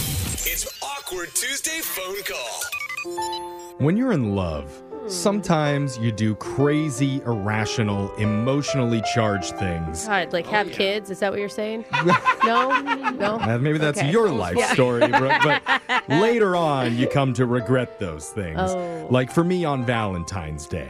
It's awkward Tuesday phone call.
When you're in love, sometimes you do crazy, irrational, emotionally charged things.
God, like have kids? Is that what you're saying? no, no.
Uh, Maybe that's
Okay.
your life
Yeah.
story, Brooke, but later on you come to regret those things.
Oh.
Like for me on Valentine's Day.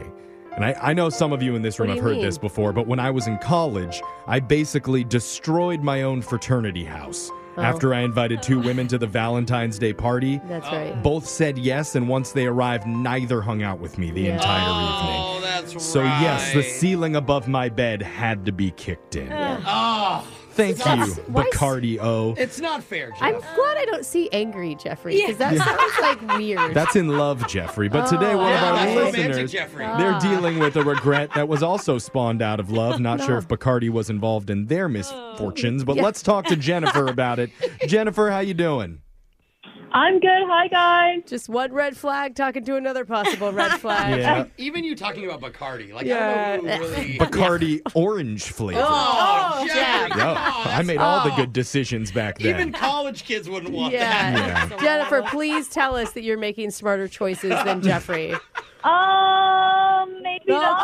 And I, I know some of you in this room
What
have
do
heard
you
this
mean?
before, but when I was in college, I basically destroyed my own fraternity house.
Oh.
After I invited two women to the Valentine's Day party,
That's right.
both said yes, and once they arrived, neither hung out with me the
Yeah.
entire
Oh,
evening. That's so yes, the ceiling above my bed had to be kicked in.
Oh,
Thank
That's-
you,
why-
Bacardi O.
it's not fair, Jeff.
I'm glad I don't see angry Jeffrey because that
Yeah.
sounds like weird.
That's in love, Jeffrey. But today,
Oh,
one of
yeah,
our
that's romantic,
listeners,
Jeffrey.
they're
Ah.
dealing with a regret that was also spawned out of love. Not sure if Bacardi was involved in their misfortunes, but
Yeah.
let's talk to Jennifer about it. Jennifer, how you doing?
I'm good. Hi, guys. Just one red flag talking to another possible red flag.
Yeah.
Even you talking about Bacardi, like I
Yeah.
don't know who really.
Bacardi orange flavor.
Oh, Jeffrey,
Yo,
come on.
I made all
Oh.
the good decisions back then.
Even college kids wouldn't want
Yeah.
that.
Jennifer, please tell us that you're making smarter choices than Jeffrey.
Um, maybe
not.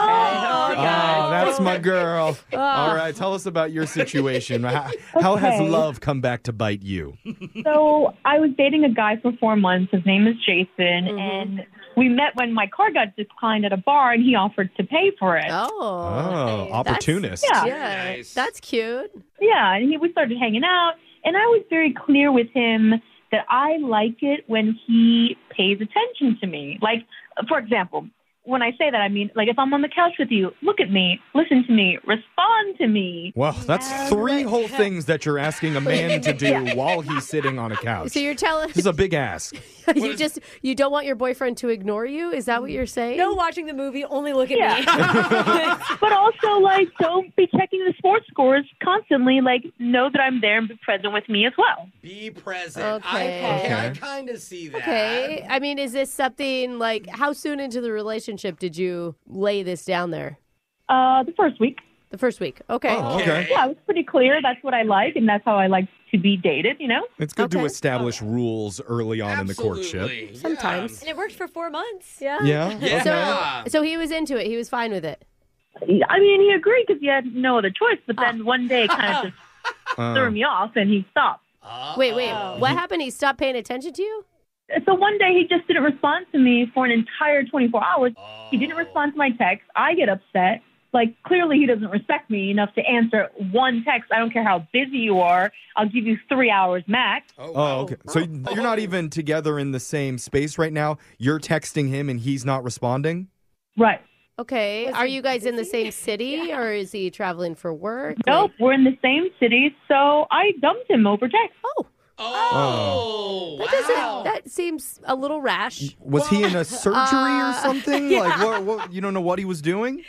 Ah, that's my girl.
Oh.
All right, tell us about your situation. How, how has
Okay.
love come back to bite you?
so I was dating a guy for four months. His name is Jason,
Mm-hmm.
and we met when my car got declined at a bar, and he offered to pay for it.
Oh,
Oh, opportunist.
yeah,
that's cute.
Yeah, and he, we started hanging out, and I was very clear with him that I like it when he pays attention to me. Like, for example. When I say that, I mean, like, if I'm on the couch with you, look at me, listen to me, respond to me.
Well, that's three whole things that you're asking a man to do
Yeah.
while he's sitting on a couch.
So you're telling
This is a big ask.
you just you don't want your boyfriend to ignore you? Is that what you're saying? No, watching the movie, only look at
but also like don't be checking the sports scores constantly like know that i'm there and be present with me as well
Be present. I,
Okay.
okay, I
Okay.
kind of see that.
Okay. I mean, is this something like how soon into the relationship did you lay this down there?
Uh, the first week.
The first week. Okay.
yeah it was pretty clear that's what i like and that's how i like to be dated you know
It's good to establish rules early on in the courtship.
Sometimes.
And it worked for four months.
Yeah.
Yeah? Yeah.
So, so he was into it. He was fine with it.
i mean he agreed because he had no other choice but then one day it kind of just threw me off and he stopped
Wait, wait. What happened? He stopped paying attention to you?
so one day he just didn't respond to me for an entire 24 hours he didn't respond to my text i get upset like clearly he doesn't respect me enough to answer one text i don't care how busy you are i'll give you three hours max
Oh, okay. So you're not even together in the same space right now. You're texting him and he's not responding?
Right.
Okay. Are you guys in the same city or is he traveling for work?
Nope, we're in the same city, so I dumped him over text.
Oh.
Oh.
That, doesn't, that seems a little rash.
Was he in a surgery or
Uh,
something?
yeah.
Like what, what you don't know what he was doing?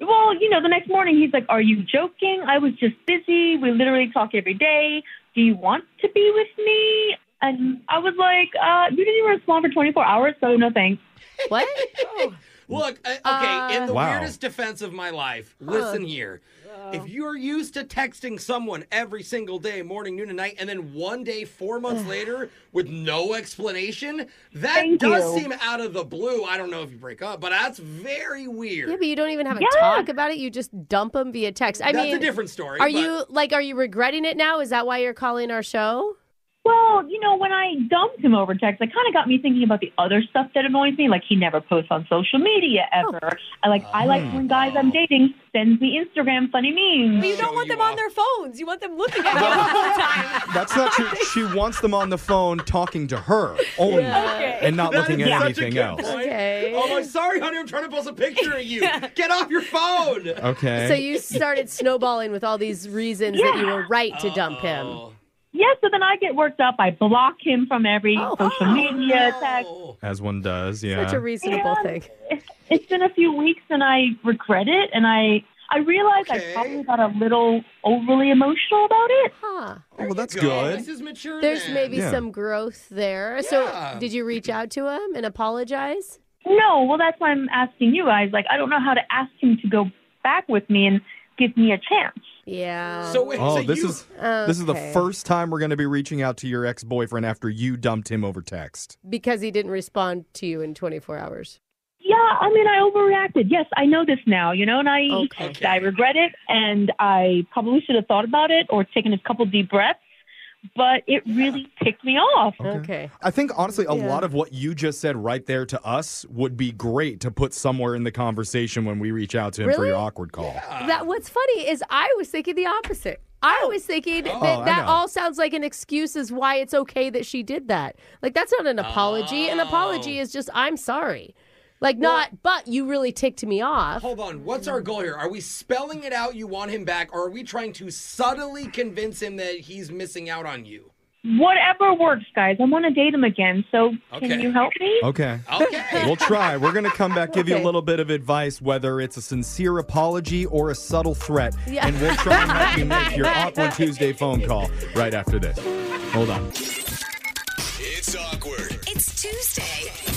Well, you know, the next morning he's like, Are you joking? I was just busy. We literally talk every day. Do you want to be with me? And I was like, uh, You didn't even respond for 24 hours, so no thanks.
What?
Look, uh, okay, in the
Wow.
weirdest defense of my life,
Uh,
listen here. If you're used to texting someone every single day, morning, noon, and night, and then one day, four months later, with no explanation, that
Thank
does
you.
seem out of the blue. I don't know if you break up, but that's very weird.
Yeah, but you don't even have a
Yeah.
talk about it. You just dump them via text. I
That's
mean,
a different story,
Are
but-
you like? Are you regretting it now? Is that why you're calling our show?
Well, you know, when I dumped him over text, it kind of got me thinking about the other stuff that annoys me. Like he never posts on social media ever. I like I like when guys
Ah.
I'm dating sends me Instagram funny memes.
But you don't want them on their phones. You want them looking at you the whole time.
That's not true. She wants them on the phone talking to her only
Yeah. Okay.
and not
That
looking
is
at
such a
anything
good
else.
point. Oh, I'm sorry, honey. I'm trying to post a picture of you. Get off your phone.
Okay.
So you started snowballing with all these reasons that you were right to dump
Oh.
him.
Yeah, so then I get worked up. I block him from every
Oh,
social media text.
As one does, yeah.
And It's, it's been a few weeks, and I regret it, and I I realize I probably got a little overly emotional about it.
Huh.
Oh, well, that's
Go.
good.
This is mature.
There's
then.
maybe
Yeah.
some growth there.
Yeah.
So did you reach out to him and apologize?
No, well, that's why I'm asking you guys. Like, I don't know how to ask him to go back with me and give me a chance.
Yeah.
So wait,
Oh, this is this is the
Okay.
first time we're going to be reaching out to your ex boyfriend after you dumped him over text.
because he didn't respond to you in 24 hours.
Yeah, I mean, I overreacted. Yes, I know this now, you know, and I I regret it, and I probably should have thought about it or taken a couple deep breaths, but it really ticked me off.
Okay.
I think honestly, a
Yeah.
lot of what you just said right there to us would be great to put somewhere in the conversation when we reach out to him for
Really?
your awkward call.
that what's funny is I was thinking the opposite. I was thinking
Oh, I
that that
know.
all sounds like an excuse as why it's okay that she did that. Like that's not an apology.
Oh.
An apology is just I'm sorry. Like not, but you really ticked me off.
Hold on. What's our goal here? Are we spelling it out you want him back, or are we trying to subtly convince him that he's missing out on you?
Whatever works, guys. I want to date him again, so
Okay.
can you help me?
Okay.
Okay.
We'll try. We're going to come back, give you
Okay.
a little bit of advice, whether it's a sincere apology or a subtle threat.
Yeah.
And we'll try and help you make your awkward Tuesday phone call right after this. Hold on.
It's awkward. awkward.
It's Tuesday.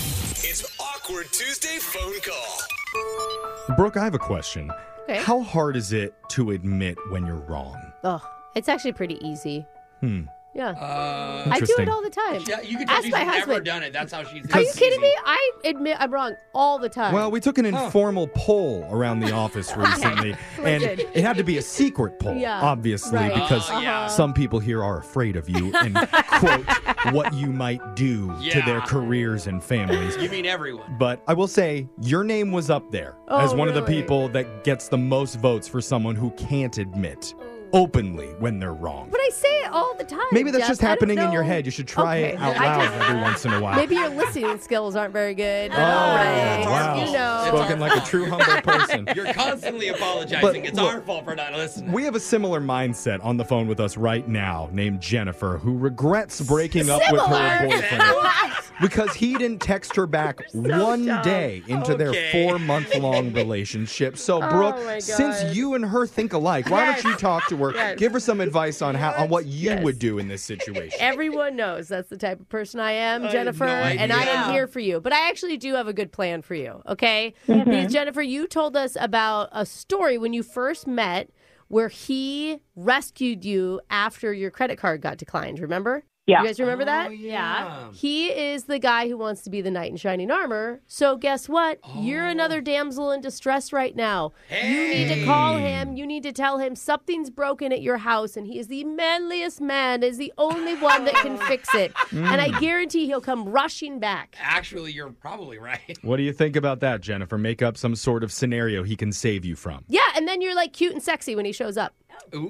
It's Awkward Tuesday phone call.
Brooke, I have a question.
Okay.
How hard is it to admit when you're wrong?
Oh, it's actually pretty easy.
Hmm.
Yeah.
Uh,
I do it
Interesting.
all the time.
Yeah, you could tell
Ask
she's
my
never
husband.
done it. That's how she's.
Are you kidding me? I admit I'm wrong all the time.
Well, we took an informal poll around the office recently,
We
and
did.
it had to be a secret poll,
Yeah.
obviously,
Right.
because
Oh, yeah.
some people here are afraid of you and quote what you might do to
Yeah.
their careers and families.
You mean everyone?
But I will say, your name was up there
Oh,
as one of the
really?
people that gets the most votes for someone who can't admit openly when they're wrong.
But I say it all the time.
Maybe that's
Jeff.
just
I don't
happening in
know.
your head. You should try
Okay.
it out
I
loud
just-
every once in a while.
Maybe your listening skills aren't very good.
Oh,
Right.
wow.
You know.
Spoken like a true humble person.
You're constantly apologizing.
But
it's
look-
our fault for not listening.
We have a similar mindset on the phone with us right now named Jennifer who regrets breaking up with her boyfriend because he didn't text her back one
dumb.
day into
Okay.
their four month long relationship. So,
Oh
Brooke,
my God.
since you and her think alike, why
Yes.
don't you talk to her?
Yes.
Give her some advice on how on what you
Yes.
would do in this situation.
Everyone knows that's the type of person I am,
I had
Jennifer,
no
and I
idea.
am here for you. But I actually do have a good plan for you, okay?
Mhm.
Because, Jennifer, you told us about a story when you first met where he rescued you after your credit card got declined, remember?
Yeah.
You guys remember
Oh,
that?
yeah.
He is the guy who wants to be the knight in shining armor. So guess what? You're
Oh.
another damsel in distress right now. You need to call him. You need to tell him something's broken at your house, and he is the manliest man, is the only one that can fix it.
Mm.
And I guarantee he'll come rushing back.
Actually, you're probably right.
What do you think about that, Jennifer? Make up some sort of scenario he can save you from.
Yeah, and then you're like cute and sexy when he shows up.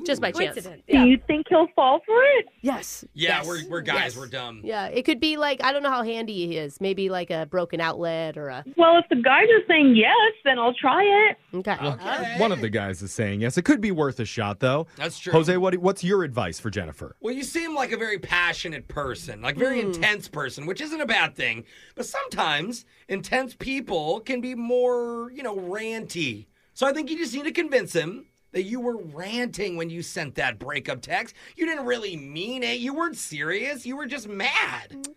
Just by chance.
Do you think he'll fall for it?
Yes.
Yeah,
Yes.
we're, we're guys.
Yes.
We're dumb.
Yeah, it could be like I don't know how handy he is. Maybe like a broken outlet or a
Well, if the guys are saying yes, then I'll try it.
Okay.
Oh. uh, One of the guys is saying yes. It could be worth a shot, though.
That's true.
Jose, what, what's your advice for Jennifer?
Well, you seem like a very passionate person, like very
Hmm.
intense person, which isn't a bad thing. But sometimes intense people can be more, you know, ranty. So I think you just need to convince him that you were ranting when you sent that breakup text. You didn't really mean it. You weren't serious. You were just mad.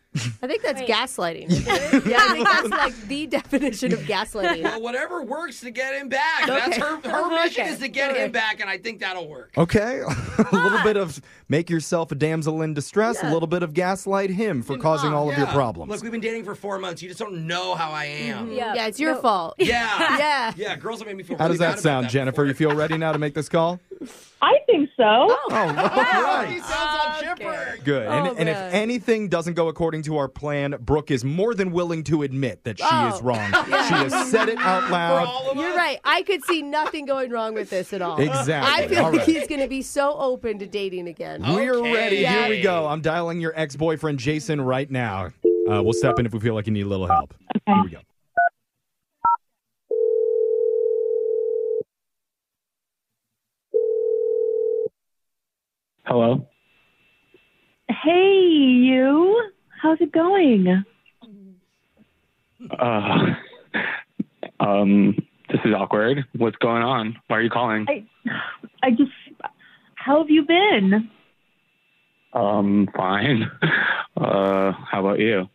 I think that's gaslighting. isn't it? yeah, I think that's like the definition of gaslighting.
Well, whatever works to get him back. That's
Okay.
her her mission
Okay.
is to get
Okay.
him back, and I think that'll work.
Okay. a little bit of make yourself a damsel in distress, a little bit of gaslight him for causing all of your
Yeah.
problems.
Look, we've been dating for four months. You just don't know how I am.
Mm-hmm. Yeah. Yeah, it's your fault.
Yeah.
yeah.
Yeah, girls have made me feel
How
really
does that
bad
sound, Jennifer? You feel ready now to make this call?
I think so. Oh,
He sounds all chipper.
Good.
Oh,
and, and if
man.
anything doesn't go according to our plan, Brooke is more than willing to admit that she
Oh.
is wrong.
Yeah.
She has said it out loud.
You're right. I could see nothing going wrong with this at all.
Exactly.
I feel
All
like
right.
he's going to be so open to dating again.
We are ready. Here we
Yeah.
go. I'm dialing your ex boyfriend, Jason, right now. Uh, we'll step in if we feel like you need a little help. Here we go.
Hello.
Hey, you. How's it going?
Uh, um, this is awkward. What's going on? Why are you calling?
I, I just. How have you been?
Um, fine. Uh, how about you?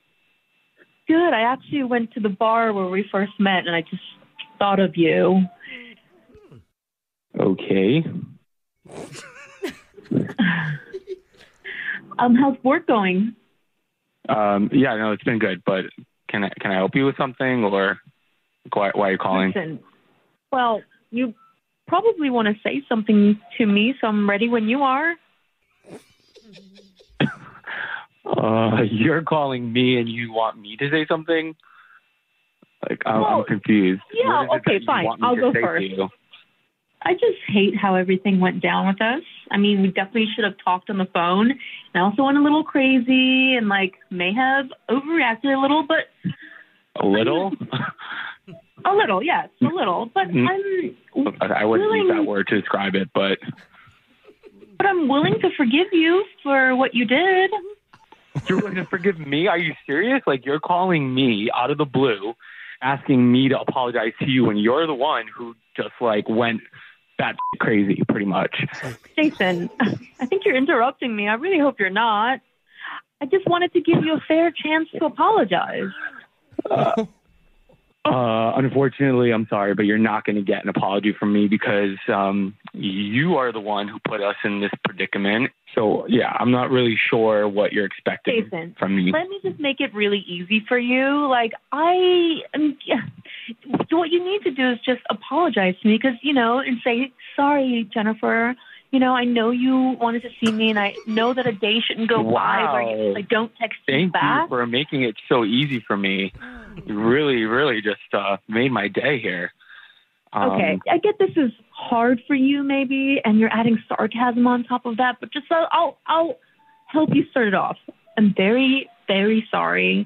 Good. I actually went to the bar where we first met, and I just thought of you.
Okay.
Um, how's work going?
Um, yeah, no, it's been good, but can I can I help you with something or why why are you calling?
Listen, well, you probably want to say something to me, so I'm ready when you are.
Uh, you're calling me and you want me to say something? Like I'm, I'm
Well,
confused.
yeah,
What is it
okay,
that you
fine.
want me
I'll
to
go
say to
first.
you?
I just hate how everything went down with us. I mean, we definitely should have talked on the phone. And I also went a little crazy and like may have overreacted a little, but
A little?
a little, yes, a little. But
Mm.
I'm
I wouldn't use that
Willing-
word to describe it, but
but I'm willing to forgive you for what you did.
You're going to forgive me? Are you serious? Like you're calling me out of the blue, asking me to apologize to you when you're the one who just like went that crazy, pretty much.
Jason, I think you're interrupting me. I really hope you're not. I just wanted to give you a fair chance to apologize.
Uh, uh, unfortunately, I'm sorry, but you're not going to get an apology from me because um, you are the one who put us in this predicament. So, yeah, I'm not really sure what you're expecting
Jason,
from me.
let me just make it really easy for you. Like, I, I mean, yeah, what you need to do is just apologize to me because, you know, and say, sorry, Jennifer. You know, I know you wanted to see me, and I know that a day shouldn't go by where you,
Wow.
I don't text you
Thank
back. Oh.
you for making it so easy for me. You really, really just uh, made my day here. Um,
Okay, I get this is hard for you, maybe, and you're adding sarcasm on top of that. But just uh, I'll I'll help you start it off. I'm very very sorry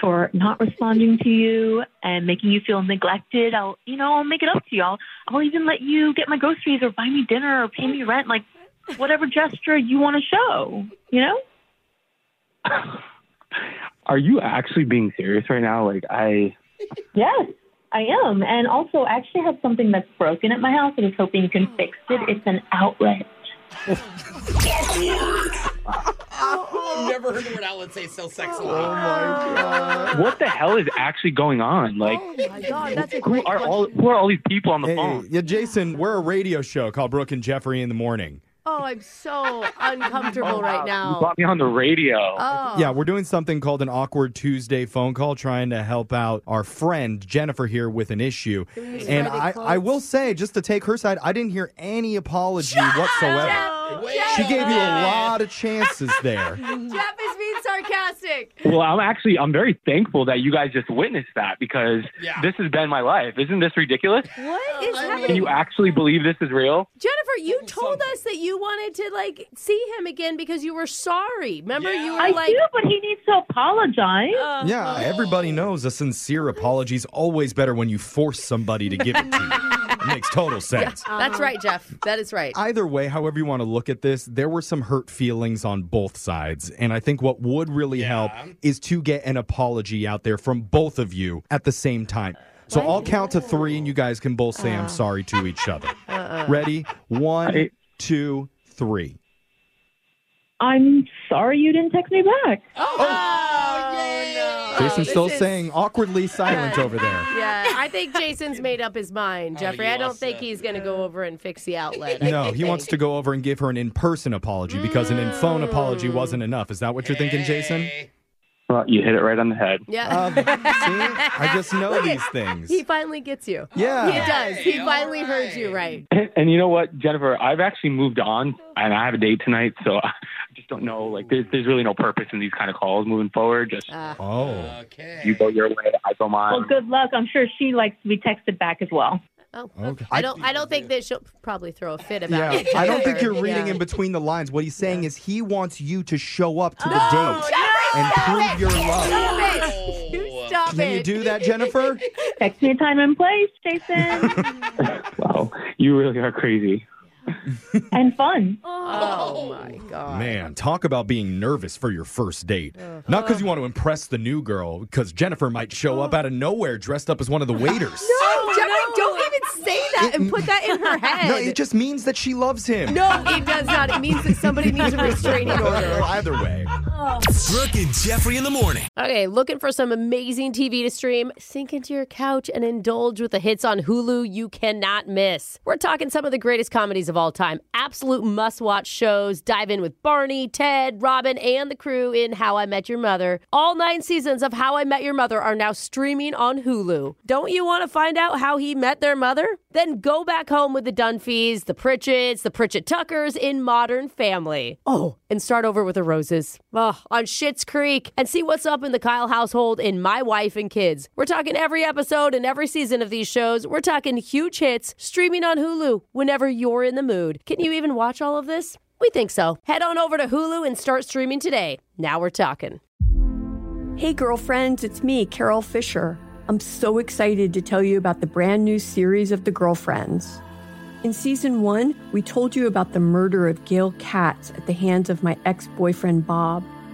for not responding to you and making you feel neglected. I'll you know I'll make it up to you. I'll I'll even let you get my groceries or buy me dinner or pay me rent, like whatever gesture you want to show. You know.
Are you actually being serious right now? Like, I.
Yes, I am. And also, I actually have something that's broken at my house. I was hoping you can fix it. It's an outlet.
I've never heard the word outlet say so
Oh
sexually.
What the hell is actually going on? Like,
my god,
that's a who are all who are all these people on the
phone? Yeah, Jason, we're a radio show called Brooke and Jeffrey in the morning.
Oh, I'm so uncomfortable right
Oh.
You
now.
bought me on the radio.
Oh.
Yeah, we're doing something called an awkward Tuesday phone call, trying to help out our friend Jennifer here with an issue.
Can we use
And
Friday
I,
quotes?
I will say, just to take her side, I didn't hear any apology whatsoever. she gave you a lot of chances there.
Jeff is being sarcastic.
Well, I'm actually I'm very thankful that you guys just witnessed that because this has been my life. Isn't this ridiculous?
What is
Can
happening?
you actually believe this is real?
Jennifer, you told us that you wanted to like see him again because you were sorry. Remember, you were
I
like, Uh,
do, but he needs to apologize.
Yeah, everybody knows a sincere apology is always better when you force somebody to give it to you. It makes total sense.
"That's right, Jeff. That is right."
Either way, however you want to look at this, there were some hurt feelings on both sides. And I think what would really help is to get an apology out there from both of you at the same time. So I'll count to three and you guys can both say I'm sorry to each other.
Uh. Uh-uh.
Ready? One, two, three.
I'm sorry you didn't text me back.
Jason's still
Oh, this is-
saying awkwardly silent over there.
Yeah, I think Jason's made up his mind, Jeffrey.
you
I don't
all
think he's going to go over and fix the outlet.
No, he wants to go over and give her an in person apology because an in phone apology wasn't enough. Is that what you're thinking, Jason?
Well, you hit it right on the head.
Yeah.
I just know Um, these things.
He finally gets you.
Yeah.
He does. He finally heard you right.
And, and you know what, Jennifer, I've actually moved on, and I have a date tonight, so I just don't know. Like, there's there's really no purpose in these kind of calls moving forward. Just
oh,
okay. You go your way, I go mine.
Well, good luck. I'm sure she likes to be texted back as well.
Oh,
Okay.
I don't. I don't think that she'll probably throw a fit about
Yeah,
it.
I don't think
Jennifer.
you're reading
Yeah.
in between the lines. What he's saying is he wants you to show up to the
Oh,
date and prove your love.
Stop it! You stop
Can
it!
you do that, Jennifer?
Text me a time and place, Jason,
Wow, you really are crazy.
and fun.
Oh my god!
Man, talk about being nervous for your first date. Not because you want to impress the new girl, because Jennifer might show up out of nowhere dressed up as one of the waiters.
No, Jeffrey, don't even say that and put that in her head.
No, it just means that she loves him.
No, it does not. It means that somebody needs a restraining order.
Either way.
Brooke and Jeffrey in the morning.
Okay, looking for some amazing TV to stream? Sink into your couch and indulge with the hits on Hulu you cannot miss. We're talking some of the greatest comedies of all time, absolute must watch shows. Dive in with Barney, Ted, Robin, and the crew in How I Met Your Mother. All nine seasons of How I Met Your Mother are now streaming on Hulu. Don't you want to find out how he met their mother? Then go back home with the Dunphys, the Pritchett's, the Pritchett Tuckers in Modern Family. Oh, and start over with the Roses. Ugh, on Schitt's Creek and see what's up in the Kyle household in My Wife and Kids. We're talking every episode and every season of these shows. We're talking huge hits streaming on Hulu whenever you're in the mood. Can you even watch all of this? We think so. Head on over to Hulu and start streaming today. Now we're talking.
Hey, girlfriends, it's me, Carol Fisher. I'm so excited to tell you about the brand new series of The Girlfriends. In season one, we told you about the murder of Gail Katz at the hands of my ex boyfriend, Bob.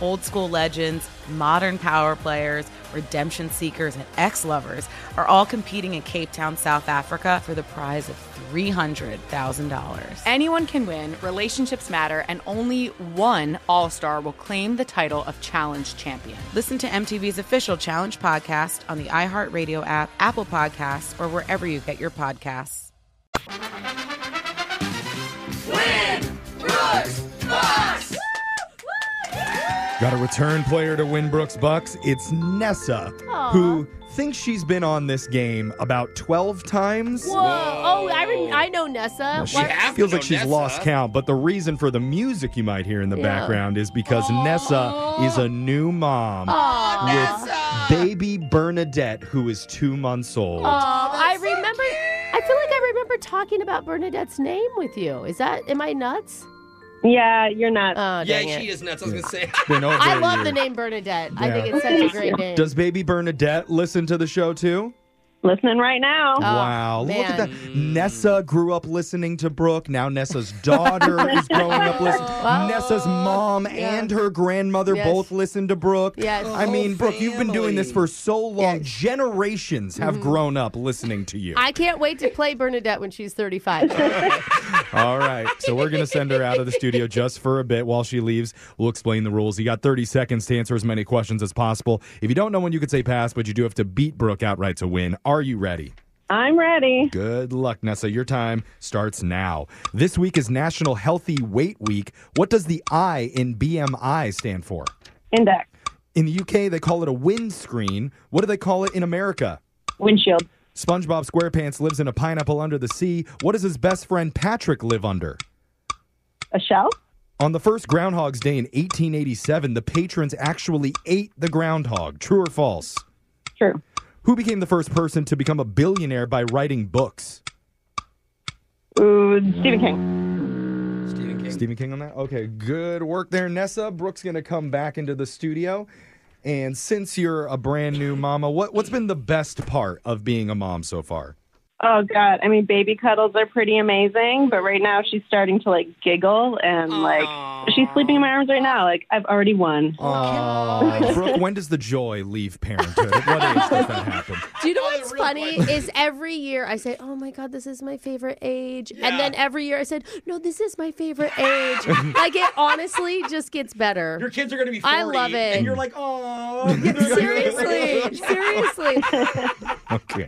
Old school legends, modern power players, redemption seekers, and ex lovers are all competing in Cape Town, South Africa for the prize of $300,000.
Anyone can win, relationships matter, and only one All Star will claim the title of Challenge Champion.
Listen to MTV's official Challenge podcast on the iHeartRadio app, Apple Podcasts, or wherever you get your podcasts.
Win, Brooks, Fox!
Got a return player to win Brooks Bucks. It's Nessa, who thinks she's been on this game about 12 times.
Whoa! Oh, I rem- I know Nessa.
Well, she
What-
feels like she's lost count, but the reason for the music you might hear in the
Yeah.
background is because Nessa is a new mom
Aw,
with baby Bernadette, who is two months old.
Oh, I remember. I feel like I remember talking about Bernadette's name with you. Is that? Am I nuts?
Yeah, you're not.
Oh,
Yeah,
dang it.
she is nuts. I was going to say.
It's been over
I
a
love
year.
the name Bernadette. I think
Yeah.
it's such a great name.
Does baby Bernadette listen to the show too?
Listening right now.
wow. Look at that. Nessa grew up listening to Brooke. Now Nessa's daughter is growing up listening. Nessa's mom and her grandmother
Yes.
both listen to Brooke.
Yes.
Oh,
I mean, Brooke, you've been doing this for so long. Generations have grown up listening to you.
I can't wait to play Bernadette when she's 35.
All right. So we're going to send her out of the studio just for a bit while she leaves. We'll explain the rules. You got 30 seconds to answer as many questions as possible. If you don't know when you could say pass, but you do have to beat Brooke outright to win. Are you ready?
I'm ready.
Good luck, Nessa. Your time starts now. This week is National Healthy Weight Week. What does the I in BMI stand for?
Index.
In the UK, they call it a windscreen. What do they call it in America?
Windshield.
SpongeBob SquarePants lives in a pineapple under the sea. What does his best friend Patrick live under?
A shell?
On the first Groundhog's Day in 1887, the patrons actually ate the groundhog. True or false?
True.
Who became the first person to become a billionaire by writing books?
Ooh, Stephen King.
Stephen King on that? Okay, good work there, Nessa. Brooke's going to come back into the studio. And since you're a brand new mama, what, what's been the best part of being a mom so far?
Oh God. I mean baby cuddles are pretty amazing, but right now she's starting to like giggle and like she's sleeping in my arms right now. Like I've already won.
Aw, Brooke, when does the joy leave parenthood? At what age does that happen?
Do you know what's funny is every year I say, "Oh my God, this is my favorite age," and then every year I said, "No, this is my favorite age." like it honestly just gets better. Your
kids are going to be. 40,
I love it.
And you're like, oh.
seriously, seriously.
Okay.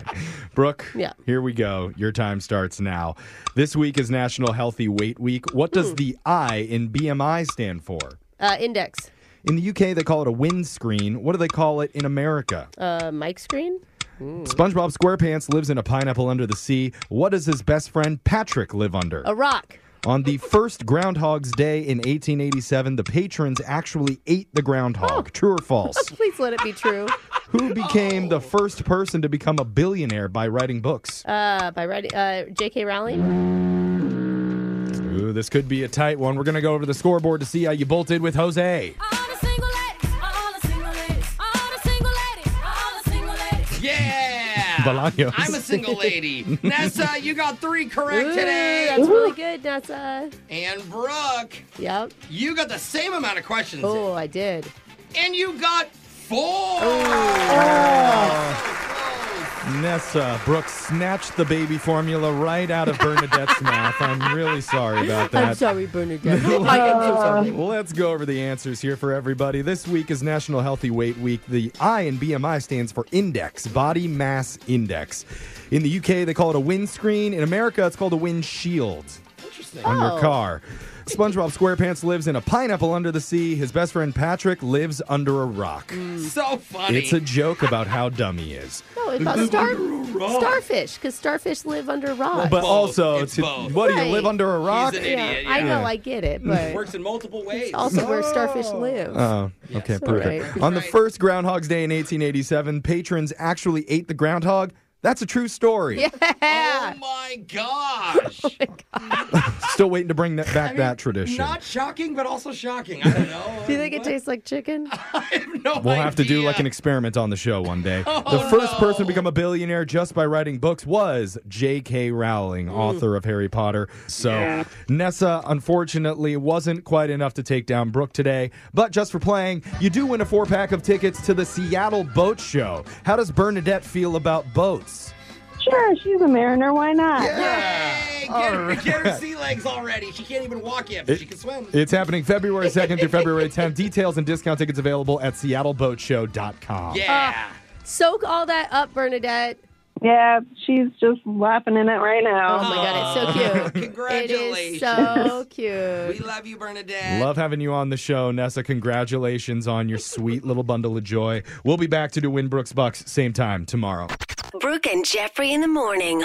Brooke,
Yeah.
here we go. Your time starts now. This week is
Hmm.
National Healthy Weight Week. What does the I in BMI stand for?
Uh, index.
In the UK, they call it a windscreen. What do they call it in America?
Uh, mic screen? Ooh.
SpongeBob SquarePants lives in a pineapple under the sea. What does his best friend Patrick live under?
A rock.
On the first Groundhog's Day in 1887, the patrons actually ate the
Oh.
groundhog. True or false?
Please let it be true.
Who became
Oh.
the first person to become a billionaire by writing books?
Uh, by writing uh, J.K. Rowling.
Ooh, this could be a tight one. We're going to go over the scoreboard to see how you bolted with Jose.
Yeah.
Bolaños.
I'm a single lady. Nessa, you got three correct
Ooh,
today.
That's really good, Nessa.
And Brooke,
Yep.
you got the same amount of questions.
Oh, I did.
And you got four.
Nessa Brooks snatched the baby formula right out of Bernadette's mouth. I'm really sorry about that.
I'm sorry, Bernadette. I am so sorry.
Let's go over the answers here for everybody. This week is National Healthy Weight Week. The I in BMI stands for index, body mass index. In the UK, they call it a windscreen. In America, it's called a windshield. Interesting. On
Oh.
your car. SpongeBob SquarePants lives in a pineapple under the sea. His best friend Patrick lives under a rock.
So funny.
It's a joke about how dumb he is.
No, it's about star- starfish, because starfish live under rocks.
But also, to- what do you
Right.
live under a rock?
I know, I get it, but
works in multiple ways.
it's also where starfish live.
Oh, okay, perfect.
Right.
On the first Groundhog's Day in 1887, patrons actually ate the groundhog. That's a true story.
Oh my gosh.
Still waiting to bring that, back that tradition.
Not shocking, but also shocking. I don't know.
Do you think it tastes like chicken?
We'll have to do like an experiment on the show one day.
Oh,
the first person to become a billionaire just by writing books was J.K. Rowling, author of Harry Potter. So
Mm. Yeah.
Nessa, unfortunately, wasn't quite enough to take down Brooke today. But just for playing, you do win a four pack of tickets to the Seattle Boat Show. How does Bernadette feel about boats?
Sure, she's a mariner. Why not?
Hey, get, her, get her sea legs already. She can't even walk yet, but she can swim.
It's happening February 2nd through February 10th. Details and discount tickets available at seattleboatshow.com.
Yeah.
Uh, Soak all that up, Bernadette.
Yeah, she's just lapping in it right now.
Oh my God, it's so cute. Congratulations. It is so cute.
We love you, Bernadette.
Love having you on the show, Nessa. Congratulations on your sweet little bundle of joy. We'll be back to do Win Brooks Bucks same time tomorrow.
Brooke and Jeffrey in the morning.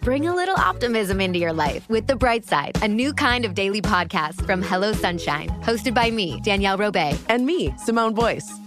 Bring a little optimism into your life with The Bright Side, a new kind of daily podcast from Hello Sunshine, hosted by me, Danielle Robay.
And me, Simone Boyce.